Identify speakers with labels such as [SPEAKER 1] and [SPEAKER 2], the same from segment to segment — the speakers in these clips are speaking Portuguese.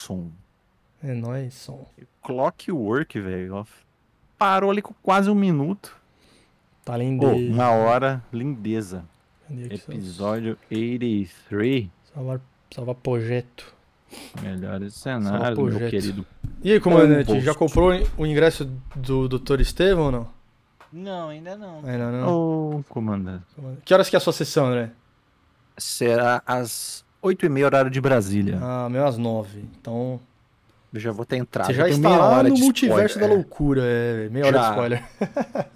[SPEAKER 1] som.
[SPEAKER 2] É nóis, som.
[SPEAKER 1] Clockwork, velho. ó, Parou ali com quase um minuto.
[SPEAKER 2] Tá
[SPEAKER 1] Pô,
[SPEAKER 2] lindeza.
[SPEAKER 1] uma hora, lindeza.
[SPEAKER 2] Cadê aqui seus-
[SPEAKER 1] Episódio 83.
[SPEAKER 2] Salvar, salvar projeto.
[SPEAKER 1] Melhores cenários, meu
[SPEAKER 2] projeto.
[SPEAKER 1] querido.
[SPEAKER 2] E aí, comandante,
[SPEAKER 1] Composto.
[SPEAKER 2] já comprou o ingresso do Dr. Estevão ou não?
[SPEAKER 3] Não, ainda não.
[SPEAKER 2] Ainda não.
[SPEAKER 1] Ô, comandante.
[SPEAKER 2] Comandante. Que horas que é a sua sessão, André?
[SPEAKER 1] Será às 8h30, horário de Brasília.
[SPEAKER 2] Ah, meu às nove. Então,
[SPEAKER 1] Eu Tá, já vou ter entrado.
[SPEAKER 2] você
[SPEAKER 1] Eu
[SPEAKER 2] já
[SPEAKER 1] tenho
[SPEAKER 2] está
[SPEAKER 1] meia
[SPEAKER 2] lá
[SPEAKER 1] hora
[SPEAKER 2] no
[SPEAKER 1] de
[SPEAKER 2] multiverso da
[SPEAKER 1] spoiler,
[SPEAKER 2] loucura, é, velho. meia hora de
[SPEAKER 1] Já.
[SPEAKER 2] spoiler.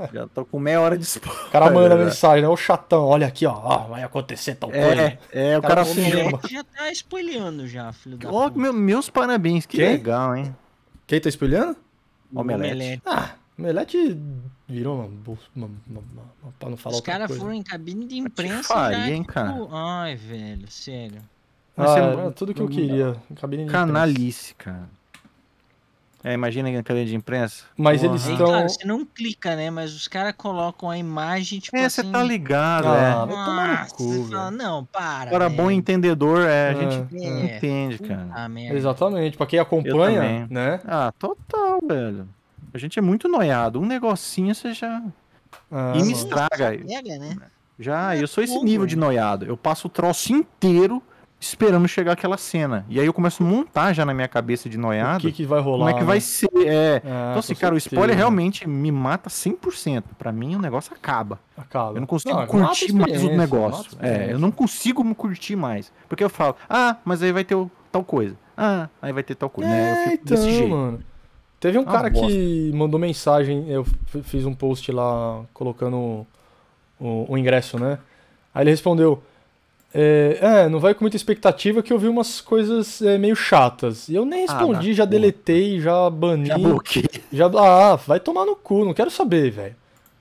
[SPEAKER 1] é. Já tô com meia hora de spoiler.
[SPEAKER 2] O cara manda
[SPEAKER 1] né?
[SPEAKER 2] mensagem, né? Ô chatão, olha aqui, ó, ó, vai acontecer tal coisa.
[SPEAKER 1] É, é, o
[SPEAKER 2] Cara,
[SPEAKER 1] cara
[SPEAKER 2] como
[SPEAKER 3] O
[SPEAKER 1] filma.
[SPEAKER 2] Caramba.
[SPEAKER 3] Jack já tá spoileando já, filho da
[SPEAKER 1] Ó,
[SPEAKER 3] puta.
[SPEAKER 1] meu- meus parabéns, que
[SPEAKER 2] Quem?
[SPEAKER 1] legal, hein?
[SPEAKER 2] Quem tá espelhando?
[SPEAKER 3] O
[SPEAKER 1] Omelete.
[SPEAKER 2] Ah, Melete virou uma, bu- uma, uma, uma, uma- pra não falar
[SPEAKER 3] Os
[SPEAKER 2] outra
[SPEAKER 3] caras
[SPEAKER 2] coisa.
[SPEAKER 3] foram em cabine de
[SPEAKER 1] te
[SPEAKER 3] imprensa
[SPEAKER 1] faria,
[SPEAKER 3] já,
[SPEAKER 1] hein,
[SPEAKER 3] tipo,
[SPEAKER 1] cara?
[SPEAKER 3] Ai, velho, sério.
[SPEAKER 1] Mas
[SPEAKER 2] Ah,
[SPEAKER 1] você
[SPEAKER 2] era
[SPEAKER 1] não-
[SPEAKER 2] tudo que eu
[SPEAKER 1] não-
[SPEAKER 2] queria. Cabine de imprensa.
[SPEAKER 1] Canalice, cara. É, imagina a cadeia de imprensa.
[SPEAKER 2] Mas
[SPEAKER 1] Porra.
[SPEAKER 2] eles
[SPEAKER 3] Aí,
[SPEAKER 2] Então-
[SPEAKER 3] claro, você não clica, né? Mas os caras colocam a imagem, tipo
[SPEAKER 1] É, você
[SPEAKER 3] assim...
[SPEAKER 1] tá ligado,
[SPEAKER 2] Ah,
[SPEAKER 1] é.
[SPEAKER 2] vai tomar no
[SPEAKER 3] Nossa,
[SPEAKER 2] cu,
[SPEAKER 3] você fala,
[SPEAKER 2] velho.
[SPEAKER 3] não, para.
[SPEAKER 1] Para
[SPEAKER 3] velho.
[SPEAKER 1] bom entendedor, é, a
[SPEAKER 2] É,
[SPEAKER 1] gente
[SPEAKER 3] é.
[SPEAKER 1] entende, cara.
[SPEAKER 3] Ah, merda.
[SPEAKER 2] Exatamente, pra quem
[SPEAKER 1] Eu
[SPEAKER 2] acompanha,
[SPEAKER 1] também.
[SPEAKER 2] né?
[SPEAKER 1] Ah, total, velho. A gente é muito noiado. Um negocinho você já.
[SPEAKER 2] Ah,
[SPEAKER 1] e
[SPEAKER 2] mano.
[SPEAKER 1] me estraga.
[SPEAKER 3] Pega, né?
[SPEAKER 1] Já,
[SPEAKER 3] Ah,
[SPEAKER 1] eu sou esse
[SPEAKER 3] como,
[SPEAKER 1] nível de
[SPEAKER 3] né?
[SPEAKER 1] noiado. Eu passo o troço inteiro esperando chegar aquela cena. E aí eu começo a montar já na minha cabeça de
[SPEAKER 2] o
[SPEAKER 1] noiado.
[SPEAKER 2] que, que vai rolar? né?
[SPEAKER 1] como é que vai
[SPEAKER 2] ser?
[SPEAKER 1] ser? É.
[SPEAKER 2] Ah,
[SPEAKER 1] Então, assim, cara, o spoiler realmente me mata 100%. Pra mim, o negócio acaba.
[SPEAKER 2] Acaba.
[SPEAKER 1] Eu não consigo
[SPEAKER 2] Ah, mata a
[SPEAKER 1] curtir mais o
[SPEAKER 2] experiência,
[SPEAKER 1] negócio.
[SPEAKER 2] mata a
[SPEAKER 1] É, eu não consigo me curtir mais. Porque eu falo, ah, mas aí vai ter o- tal coisa. Ah, aí vai ter tal coisa. né? Eu
[SPEAKER 2] É,
[SPEAKER 1] fico
[SPEAKER 2] então,
[SPEAKER 1] desse jeito.
[SPEAKER 2] mano. Teve um
[SPEAKER 1] Uma
[SPEAKER 2] cara
[SPEAKER 1] bosta.
[SPEAKER 2] que mandou mensagem, eu f- fiz um post lá colocando o, o- o ingresso, né? Aí ele respondeu: é, é, não vai com muita expectativa que eu vi umas coisas é, meio chatas. E eu nem
[SPEAKER 1] Ah,
[SPEAKER 2] respondi,
[SPEAKER 1] mas
[SPEAKER 2] já
[SPEAKER 1] porra.
[SPEAKER 2] deletei, já bani.
[SPEAKER 1] Já bloqueei.
[SPEAKER 2] já- ah, vai tomar no cu, não quero saber, velho.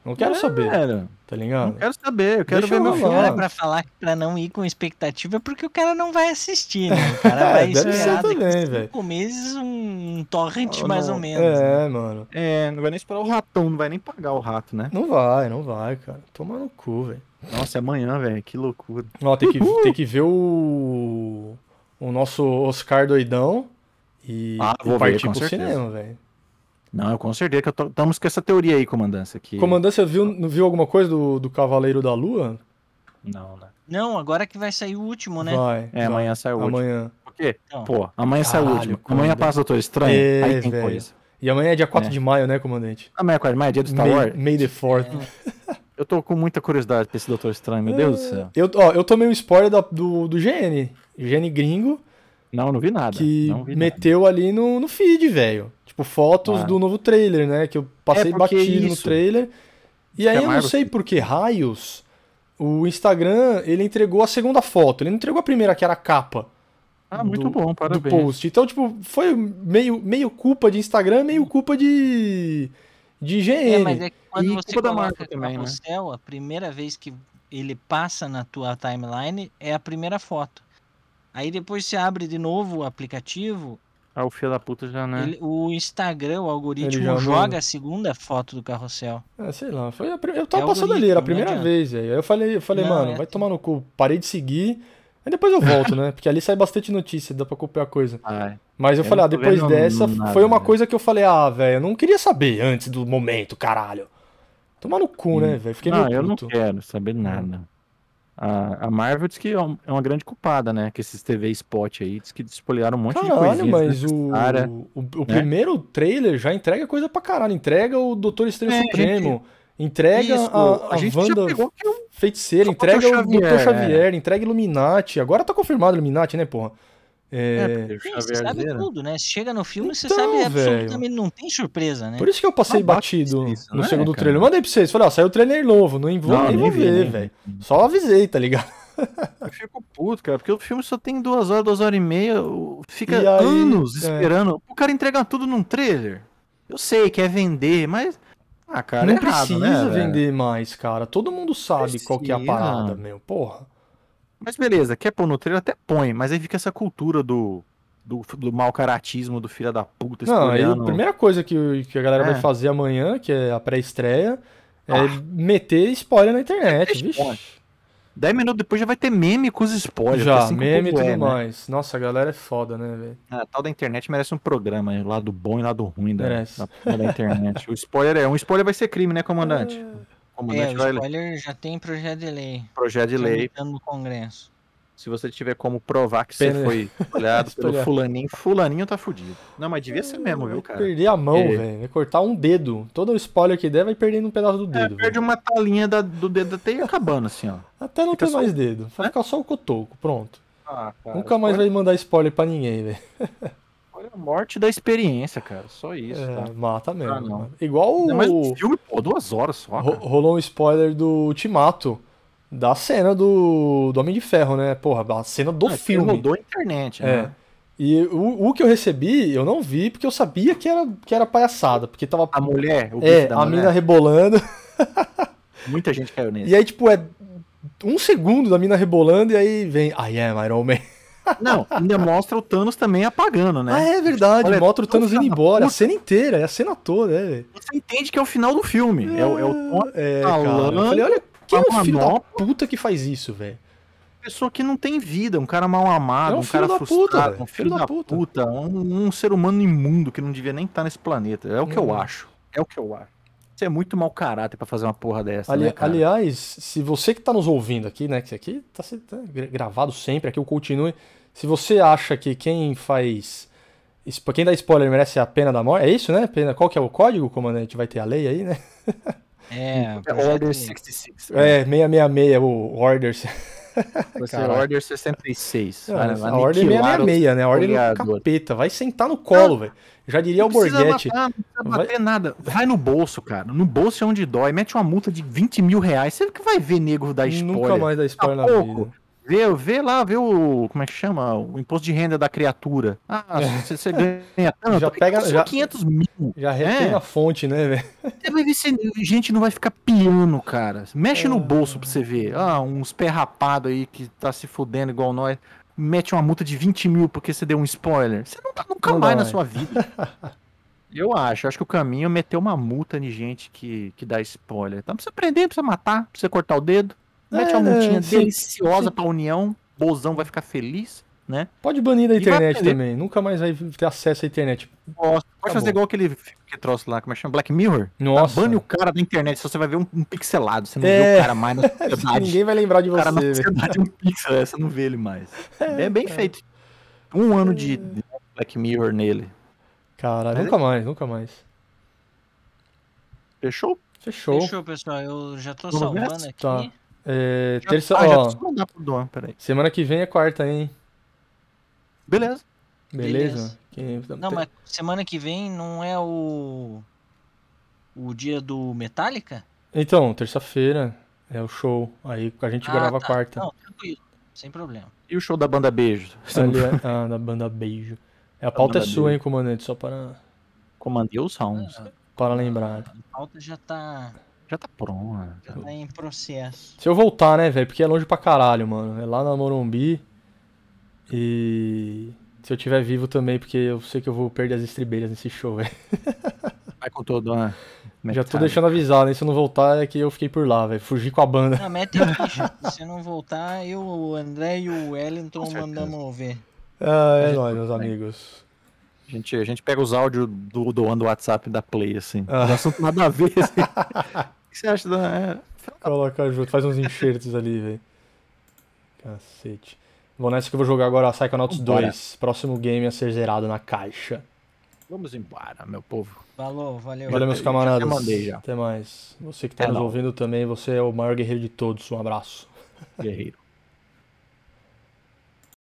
[SPEAKER 2] Não
[SPEAKER 3] É.
[SPEAKER 2] quero saber,
[SPEAKER 1] Velho,
[SPEAKER 2] tá
[SPEAKER 1] É, não
[SPEAKER 2] ligado?
[SPEAKER 1] quero saber. Eu quero
[SPEAKER 2] Deixa
[SPEAKER 1] ver
[SPEAKER 2] eu
[SPEAKER 1] meu
[SPEAKER 2] rolar.
[SPEAKER 1] filme.
[SPEAKER 3] Cara, pra falar que pra não ir com expectativa é porque o cara não vai assistir, né? O cara
[SPEAKER 2] É,
[SPEAKER 3] vai
[SPEAKER 2] deve ser
[SPEAKER 3] esperar daqui
[SPEAKER 2] também,
[SPEAKER 3] cinco meses um torrent
[SPEAKER 1] Ou
[SPEAKER 3] mais
[SPEAKER 1] não-
[SPEAKER 3] ou menos. né?
[SPEAKER 2] É, mano.
[SPEAKER 1] É, não vai nem esperar o ratão, não vai nem pagar o rato, né?
[SPEAKER 2] Não vai, não vai, cara. Toma no cu, velho.
[SPEAKER 1] Nossa, é amanhã, velho, que loucura.
[SPEAKER 2] Ó, tem que, tem que ver o, o nosso Oscar doidão e,
[SPEAKER 1] Ah,
[SPEAKER 2] e
[SPEAKER 1] vou ver,
[SPEAKER 2] partir
[SPEAKER 1] com
[SPEAKER 2] pro
[SPEAKER 1] certeza.
[SPEAKER 2] cinema, velho.
[SPEAKER 1] Não, eu com certeza que eu tô- estamos com essa teoria aí, comandância, que...
[SPEAKER 2] Comandante, você viu, não viu alguma coisa do, do Cavaleiro da Lua?
[SPEAKER 1] Não, né?
[SPEAKER 3] Não, agora que vai sair o último, né?
[SPEAKER 2] Vai.
[SPEAKER 1] É,
[SPEAKER 2] vai.
[SPEAKER 1] amanhã sai o último.
[SPEAKER 2] Amanhã.
[SPEAKER 1] Por quê?
[SPEAKER 3] Então.
[SPEAKER 1] Pô, amanhã sai o
[SPEAKER 2] Caralho,
[SPEAKER 1] último.
[SPEAKER 2] comandante.
[SPEAKER 1] Amanhã passa o Doutor Estranho,
[SPEAKER 2] É,
[SPEAKER 1] aí tem
[SPEAKER 2] velho.
[SPEAKER 1] coisa.
[SPEAKER 2] E amanhã é dia 4
[SPEAKER 1] É.
[SPEAKER 2] de maio, né, comandante?
[SPEAKER 1] Amanhã, quarta, mas é dia do Star
[SPEAKER 2] May,
[SPEAKER 1] Wars.
[SPEAKER 2] May the 4th.
[SPEAKER 3] É.
[SPEAKER 1] Eu tô com muita curiosidade pra esse Doutor Estranho, meu Deus do céu.
[SPEAKER 2] Eu, ó, eu tomei um spoiler da- do, do GN. GN gringo
[SPEAKER 1] Não, não vi nada.
[SPEAKER 2] que
[SPEAKER 1] não vi nada.
[SPEAKER 2] meteu ali no, no feed, velho. Tipo, fotos
[SPEAKER 1] Ah.
[SPEAKER 2] do novo trailer, né? Que eu passei
[SPEAKER 1] É, porque
[SPEAKER 2] batido no
[SPEAKER 1] isso.
[SPEAKER 2] trailer. E aí
[SPEAKER 1] a
[SPEAKER 2] eu não
[SPEAKER 1] Marvel
[SPEAKER 2] sei por que raios o Instagram, ele entregou a segunda foto. Ele não entregou a primeira, que era a capa
[SPEAKER 1] Ah, muito
[SPEAKER 2] do-
[SPEAKER 1] bom,
[SPEAKER 2] do
[SPEAKER 1] parabéns.
[SPEAKER 2] post. Então, tipo, foi meio, meio culpa de Instagram, meio culpa de, de
[SPEAKER 3] É,
[SPEAKER 2] GN.
[SPEAKER 3] mas é que quando
[SPEAKER 1] E
[SPEAKER 3] você
[SPEAKER 1] culpa da
[SPEAKER 3] coloca
[SPEAKER 1] marca também, né?
[SPEAKER 3] carrossel, a primeira vez que ele passa na tua timeline é a primeira foto. Aí depois você abre de novo o aplicativo,
[SPEAKER 1] Ah, o filho da puta já, né?
[SPEAKER 3] ele- o Instagram, o algoritmo
[SPEAKER 2] já manda.
[SPEAKER 3] joga a segunda foto do carrossel.
[SPEAKER 2] É, sei lá, foi a prim- eu tava
[SPEAKER 3] É
[SPEAKER 2] passando ali, era a
[SPEAKER 3] algoritmo,
[SPEAKER 2] primeira
[SPEAKER 3] não adianta.
[SPEAKER 2] vez, velho. Aí eu falei, eu falei,
[SPEAKER 3] Não,
[SPEAKER 2] mano,
[SPEAKER 3] é
[SPEAKER 2] vai
[SPEAKER 3] assim.
[SPEAKER 2] tomar no cu, parei de seguir. Aí depois eu volto, né? Porque ali sai bastante notícia, dá pra copiar coisa.
[SPEAKER 1] Ai,
[SPEAKER 2] Mas eu,
[SPEAKER 1] Eu
[SPEAKER 2] falei, ah,
[SPEAKER 1] não tô
[SPEAKER 2] depois
[SPEAKER 1] vendo
[SPEAKER 2] dessa,
[SPEAKER 1] nada, né?"
[SPEAKER 2] foi uma
[SPEAKER 1] velho.
[SPEAKER 2] coisa que eu falei, ah, velho, eu não queria saber antes do momento, caralho. Tomar no cu,
[SPEAKER 1] Hum.
[SPEAKER 2] né, velho? Fiquei
[SPEAKER 1] não,
[SPEAKER 2] meio
[SPEAKER 1] eu não
[SPEAKER 2] puto.
[SPEAKER 1] quero saber nada. A, a Marvel diz que é um- é uma grande culpada, né? Que esses TV spot aí diz que despoliaram um monte de
[SPEAKER 2] Caralho,
[SPEAKER 1] coisinha.
[SPEAKER 2] mas o,
[SPEAKER 1] desnecessária.
[SPEAKER 2] o, o
[SPEAKER 1] né?
[SPEAKER 2] primeiro trailer já entrega coisa pra caralho. Entrega o Doutor Estranho
[SPEAKER 1] É,
[SPEAKER 2] Supremo, entrega
[SPEAKER 1] Isso,
[SPEAKER 2] a, a,
[SPEAKER 1] gente já
[SPEAKER 2] Wanda
[SPEAKER 1] pegou que é um eu-
[SPEAKER 2] Feiticeiro,
[SPEAKER 1] Só
[SPEAKER 2] entrega
[SPEAKER 1] faltou
[SPEAKER 2] o Dr.
[SPEAKER 1] Xavier,
[SPEAKER 2] Xavier, entrega Illuminati. Agora tá confirmado Illuminati, né, porra?
[SPEAKER 1] É,
[SPEAKER 2] É,
[SPEAKER 1] porque o
[SPEAKER 3] Sim, você
[SPEAKER 1] Xavier
[SPEAKER 3] sabe
[SPEAKER 1] Zera-
[SPEAKER 3] tudo, né? Você chega no filme, você
[SPEAKER 2] Então,
[SPEAKER 3] sabe
[SPEAKER 2] velho.
[SPEAKER 3] absolutamente, não tem surpresa,
[SPEAKER 1] É.
[SPEAKER 3] né?
[SPEAKER 2] Por isso que eu passei
[SPEAKER 1] Uma
[SPEAKER 2] batido
[SPEAKER 1] baita justiça,
[SPEAKER 2] no
[SPEAKER 1] né,
[SPEAKER 2] segundo
[SPEAKER 1] cara?
[SPEAKER 2] trailer. Eu Mandei pra vocês, falei, ó, saiu o trailer novo, não vou,
[SPEAKER 1] Não,
[SPEAKER 2] nem vou
[SPEAKER 1] nem vi,
[SPEAKER 2] ver,
[SPEAKER 1] nem
[SPEAKER 2] velho. Só avisei, tá ligado?
[SPEAKER 1] Eu fico puto, cara, porque o filme só tem duas horas, duas horas e meia, o- fica
[SPEAKER 2] E aí,
[SPEAKER 1] anos
[SPEAKER 2] é.
[SPEAKER 1] esperando. O cara entregar tudo num trailer. Eu sei, quer vender, mas. Ah, cara,
[SPEAKER 2] não
[SPEAKER 1] é errado,
[SPEAKER 2] precisa
[SPEAKER 1] né, velho?
[SPEAKER 2] vender mais, cara. Todo mundo sabe qual que é a
[SPEAKER 1] Precisa.
[SPEAKER 2] parada, meu. Porra.
[SPEAKER 1] Mas beleza, quer pôr no trailer, até põe, mas aí fica essa cultura do, do, do mau caratismo, do filho da puta,
[SPEAKER 2] Não, aí a
[SPEAKER 1] escolhendo-
[SPEAKER 2] primeira coisa que, que a galera vai
[SPEAKER 1] É.
[SPEAKER 2] fazer amanhã, que é a pré-estreia, é
[SPEAKER 1] Ah.
[SPEAKER 2] meter spoiler na internet,
[SPEAKER 1] Meter
[SPEAKER 2] vixe.
[SPEAKER 1] spoiler. 10 minutos depois já vai ter meme com os spoilers. que
[SPEAKER 2] Já,
[SPEAKER 1] assim que o
[SPEAKER 2] meme e
[SPEAKER 1] povo
[SPEAKER 2] tudo
[SPEAKER 1] é, né?
[SPEAKER 2] mais. Nossa, a galera é foda, né, velho?
[SPEAKER 1] A tal da internet merece um programa, hein? lado bom e lado ruim da,
[SPEAKER 2] Merece.
[SPEAKER 1] da, porra da internet. O spoiler é, um spoiler vai ser crime, né, comandante? O
[SPEAKER 3] É,
[SPEAKER 1] comandante
[SPEAKER 3] o
[SPEAKER 1] vai
[SPEAKER 3] spoiler já tem projeto de lei.
[SPEAKER 1] projeto
[SPEAKER 2] é
[SPEAKER 1] de lei.
[SPEAKER 3] tramitando no Congresso.
[SPEAKER 1] Se você tiver como provar que
[SPEAKER 2] Pena.
[SPEAKER 1] você foi olhado pelo
[SPEAKER 2] Espalhar.
[SPEAKER 1] fulaninho, fulaninho tá fudido. Não, mas devia ser mesmo, viu, cara?
[SPEAKER 2] Perder a mão,
[SPEAKER 1] É.
[SPEAKER 2] velho. Vai cortar um dedo. Todo spoiler que der vai perdendo um pedaço do
[SPEAKER 1] É,
[SPEAKER 2] dedo.
[SPEAKER 1] perde
[SPEAKER 2] velho.
[SPEAKER 1] uma talinha da- do dedo até e acabando, assim, ó.
[SPEAKER 2] Até não
[SPEAKER 1] Fica
[SPEAKER 2] ter
[SPEAKER 1] só-
[SPEAKER 2] mais dedo. Vai ficar só o cotoco, pronto.
[SPEAKER 1] Ah, cara,
[SPEAKER 2] Nunca mais vai mandar spoiler pra ninguém, velho.
[SPEAKER 1] Olha a morte da experiência, cara. Só isso,
[SPEAKER 2] É,
[SPEAKER 1] tá?
[SPEAKER 2] mata mesmo.
[SPEAKER 1] Ah, não.
[SPEAKER 2] mano. Igual o...
[SPEAKER 1] Ainda mais um filme, pô, duas horas só,
[SPEAKER 2] Ro-
[SPEAKER 1] cara.
[SPEAKER 2] rolou um spoiler do Ultimato. Da cena do, do Homem de Ferro, né? Porra, da cena do
[SPEAKER 1] Ah,
[SPEAKER 2] filme.
[SPEAKER 1] Rodou a internet,
[SPEAKER 2] É.
[SPEAKER 1] né?
[SPEAKER 2] E o, o que eu recebi, eu não vi, porque eu sabia que era, que era palhaçada. Porque tava.
[SPEAKER 1] A mulher, o
[SPEAKER 2] é,
[SPEAKER 1] bife da
[SPEAKER 2] a
[SPEAKER 1] mulher,
[SPEAKER 2] mina rebolando.
[SPEAKER 1] muita gente caiu nesse.
[SPEAKER 2] E aí, tipo, é um segundo da mina rebolando e aí vem. I am Iron
[SPEAKER 1] Né?
[SPEAKER 2] Man.
[SPEAKER 1] Não, ainda mostra o Thanos também apagando, né?
[SPEAKER 2] Ah, é verdade.
[SPEAKER 1] Olha,
[SPEAKER 2] Mostra o Thanos
[SPEAKER 1] filha
[SPEAKER 2] indo
[SPEAKER 1] da
[SPEAKER 2] embora. A
[SPEAKER 1] puta.
[SPEAKER 2] cena inteira, é a cena toda, é, velho.
[SPEAKER 1] Você entende que é o final do filme. É, o- é o Thanos,
[SPEAKER 2] É, cara.
[SPEAKER 1] falando,
[SPEAKER 2] Eu falei, olha, quem é o
[SPEAKER 1] uma
[SPEAKER 2] filho da
[SPEAKER 1] manopla.
[SPEAKER 2] puta que faz isso, velho?
[SPEAKER 1] pessoa que não tem vida, um cara mal amado,
[SPEAKER 2] É um
[SPEAKER 1] um,
[SPEAKER 2] filho
[SPEAKER 1] cara
[SPEAKER 2] da puta,
[SPEAKER 1] frustrado,
[SPEAKER 2] velho.
[SPEAKER 1] um filho, da puta, um, um ser humano imundo que não devia nem estar nesse planeta. É o que eu
[SPEAKER 2] Hum.
[SPEAKER 1] acho. É o que eu acho. Você é muito mau caráter pra fazer uma porra dessa,
[SPEAKER 2] Ali-
[SPEAKER 1] né, cara?
[SPEAKER 2] aliás, se você que tá nos ouvindo aqui, né, que isso aqui tá, se- tá gra- gravado sempre, aqui eu continue. Se você acha que quem faz. spo- Quem dá spoiler merece a pena da morte, é isso, né? Pena, qual que é o código, comandante? Vai ter a lei aí, né?
[SPEAKER 3] É,
[SPEAKER 1] É
[SPEAKER 3] projeto de
[SPEAKER 1] Order né?
[SPEAKER 3] lei.
[SPEAKER 1] 66.
[SPEAKER 2] É, 666, o Order.
[SPEAKER 1] Vai ser
[SPEAKER 2] caralho.
[SPEAKER 1] é Order 66.
[SPEAKER 2] Não,
[SPEAKER 1] Olha,
[SPEAKER 2] a Ordem
[SPEAKER 1] aniquilar os-
[SPEAKER 2] 666, né? A Ordem do
[SPEAKER 1] goleador.
[SPEAKER 2] capeta. Vai sentar no colo, velho. Já diria é o
[SPEAKER 1] Não precisa
[SPEAKER 2] Borghetti.
[SPEAKER 1] matar, não precisa bater nada. Vai no bolso, cara. No bolso é onde dói. Mete uma multa de 20 mil reais. Você que vai ver nego da spoiler.
[SPEAKER 2] Nunca mais dá spoiler na
[SPEAKER 1] Daqui a pouco,
[SPEAKER 2] vida.
[SPEAKER 1] Vê, vê lá, vê o. Como é que chama? O imposto de renda da criatura. Ah, você, você ganha tanto.
[SPEAKER 2] É. Já pega-
[SPEAKER 1] Só
[SPEAKER 2] já-
[SPEAKER 1] 500 mil.
[SPEAKER 2] Já retém
[SPEAKER 1] É.
[SPEAKER 2] a fonte, né, velho?
[SPEAKER 1] Você vai ver se gente não vai ficar piano, cara. Mexe no bolso pra você ver. Ah, uns pé rapado aí que tá se fudendo igual nós. Mete uma multa de 20 mil porque você deu um spoiler. Você não tá nunca
[SPEAKER 2] Não dá
[SPEAKER 1] mais na
[SPEAKER 2] mais.
[SPEAKER 1] sua vida. Eu acho, acho que o caminho é meter uma multa em gente que, que dá spoiler. Então, pra você prender, pra você matar, pra você cortar o dedo. Mete uma
[SPEAKER 2] É,
[SPEAKER 1] multinha
[SPEAKER 2] sim,
[SPEAKER 1] deliciosa
[SPEAKER 2] sim.
[SPEAKER 1] pra união. Bozão vai ficar feliz, né?
[SPEAKER 2] Pode banir da
[SPEAKER 1] E vai
[SPEAKER 2] internet
[SPEAKER 1] aprender.
[SPEAKER 2] também. Nunca mais vai ter acesso à internet.
[SPEAKER 1] Tá Pode fazer
[SPEAKER 2] bom.
[SPEAKER 1] igual aquele que trouxe lá, como é que chama? Black Mirror?
[SPEAKER 2] Nossa.
[SPEAKER 1] Bane o cara da internet, só você vai ver um, um pixelado. Você não
[SPEAKER 2] É.
[SPEAKER 1] vê o cara mais na sociedade.
[SPEAKER 2] Ninguém vai lembrar de
[SPEAKER 1] o cara
[SPEAKER 2] você,
[SPEAKER 1] na
[SPEAKER 2] velho.
[SPEAKER 1] sociedade é um pixel, é, você não vê ele mais. É bem feito. Um ano
[SPEAKER 2] É.
[SPEAKER 1] de de Black Mirror nele.
[SPEAKER 2] Cara,
[SPEAKER 1] Mas é
[SPEAKER 2] nunca mais, nunca mais.
[SPEAKER 1] Fechou?
[SPEAKER 2] Fechou.
[SPEAKER 3] Fechou, pessoal. Eu já tô
[SPEAKER 1] Vamos
[SPEAKER 3] salvando
[SPEAKER 1] nessa?
[SPEAKER 3] aqui.
[SPEAKER 2] Tá. É,
[SPEAKER 1] Já-
[SPEAKER 2] terça,
[SPEAKER 1] ah, já
[SPEAKER 2] ó,
[SPEAKER 1] preciso mandar pro Dom, peraí.
[SPEAKER 2] semana que vem é quarta, hein?
[SPEAKER 1] Beleza.
[SPEAKER 2] Beleza?
[SPEAKER 3] Beleza.
[SPEAKER 2] Quem-
[SPEAKER 3] Não, mas semana que vem não é o. O dia do Metallica?
[SPEAKER 2] Então, terça-feira é o show. Aí a gente
[SPEAKER 3] Ah,
[SPEAKER 2] grava
[SPEAKER 3] tá.
[SPEAKER 2] quarta.
[SPEAKER 3] Não, tranquilo. Sem problema.
[SPEAKER 1] E o show da banda Beijo? Você
[SPEAKER 2] Ali
[SPEAKER 1] não
[SPEAKER 2] é- ah, da banda Beijo. É, a pauta é
[SPEAKER 1] banda
[SPEAKER 2] sua,
[SPEAKER 1] Beijo.
[SPEAKER 2] hein, comandante? Só para,
[SPEAKER 1] Comandei os rounds.
[SPEAKER 2] para lembrar.
[SPEAKER 3] A pauta já tá,
[SPEAKER 1] Já tá pronto.
[SPEAKER 3] já tá em processo.
[SPEAKER 2] Se eu voltar, né, velho? Porque é longe pra caralho, mano. É lá na Morumbi. E. Se eu tiver vivo também, porque eu sei que eu vou perder as estribeiras nesse show, velho.
[SPEAKER 1] Vai com todo. né?
[SPEAKER 2] Já tô deixando avisado, hein? Se eu não voltar, é que eu fiquei por lá, velho. Fugi com a banda.
[SPEAKER 3] Não, é mete a ficha. Se não voltar, eu, o André e o
[SPEAKER 1] Com
[SPEAKER 3] Wellington
[SPEAKER 1] certeza.
[SPEAKER 3] mandamos ver.
[SPEAKER 2] Ah, é
[SPEAKER 1] Mas
[SPEAKER 2] nóis, meus
[SPEAKER 1] tudo bem.
[SPEAKER 2] amigos.
[SPEAKER 1] A gente, a gente pega os áudios do Doan do WhatsApp da Play, assim.
[SPEAKER 2] Ah.
[SPEAKER 1] Os assuntos nada a ver. assim. o que você acha da. é,
[SPEAKER 2] Coloca junto, faz uns enxertos ali, velho. Cacete. Bom, nessa que eu vou jogar agora Psychonauts
[SPEAKER 1] Vambora.
[SPEAKER 2] 2. Próximo game a ser zerado na caixa.
[SPEAKER 1] Vamos embora, meu povo.
[SPEAKER 3] Falou, valeu.
[SPEAKER 2] Valeu, meus
[SPEAKER 1] já
[SPEAKER 2] camaradas.
[SPEAKER 1] mandei já.
[SPEAKER 2] Até mais. Você que tá
[SPEAKER 1] É
[SPEAKER 2] nos
[SPEAKER 1] nóis.
[SPEAKER 2] ouvindo também, você é o maior guerreiro de todos. Um abraço.
[SPEAKER 1] Guerreiro.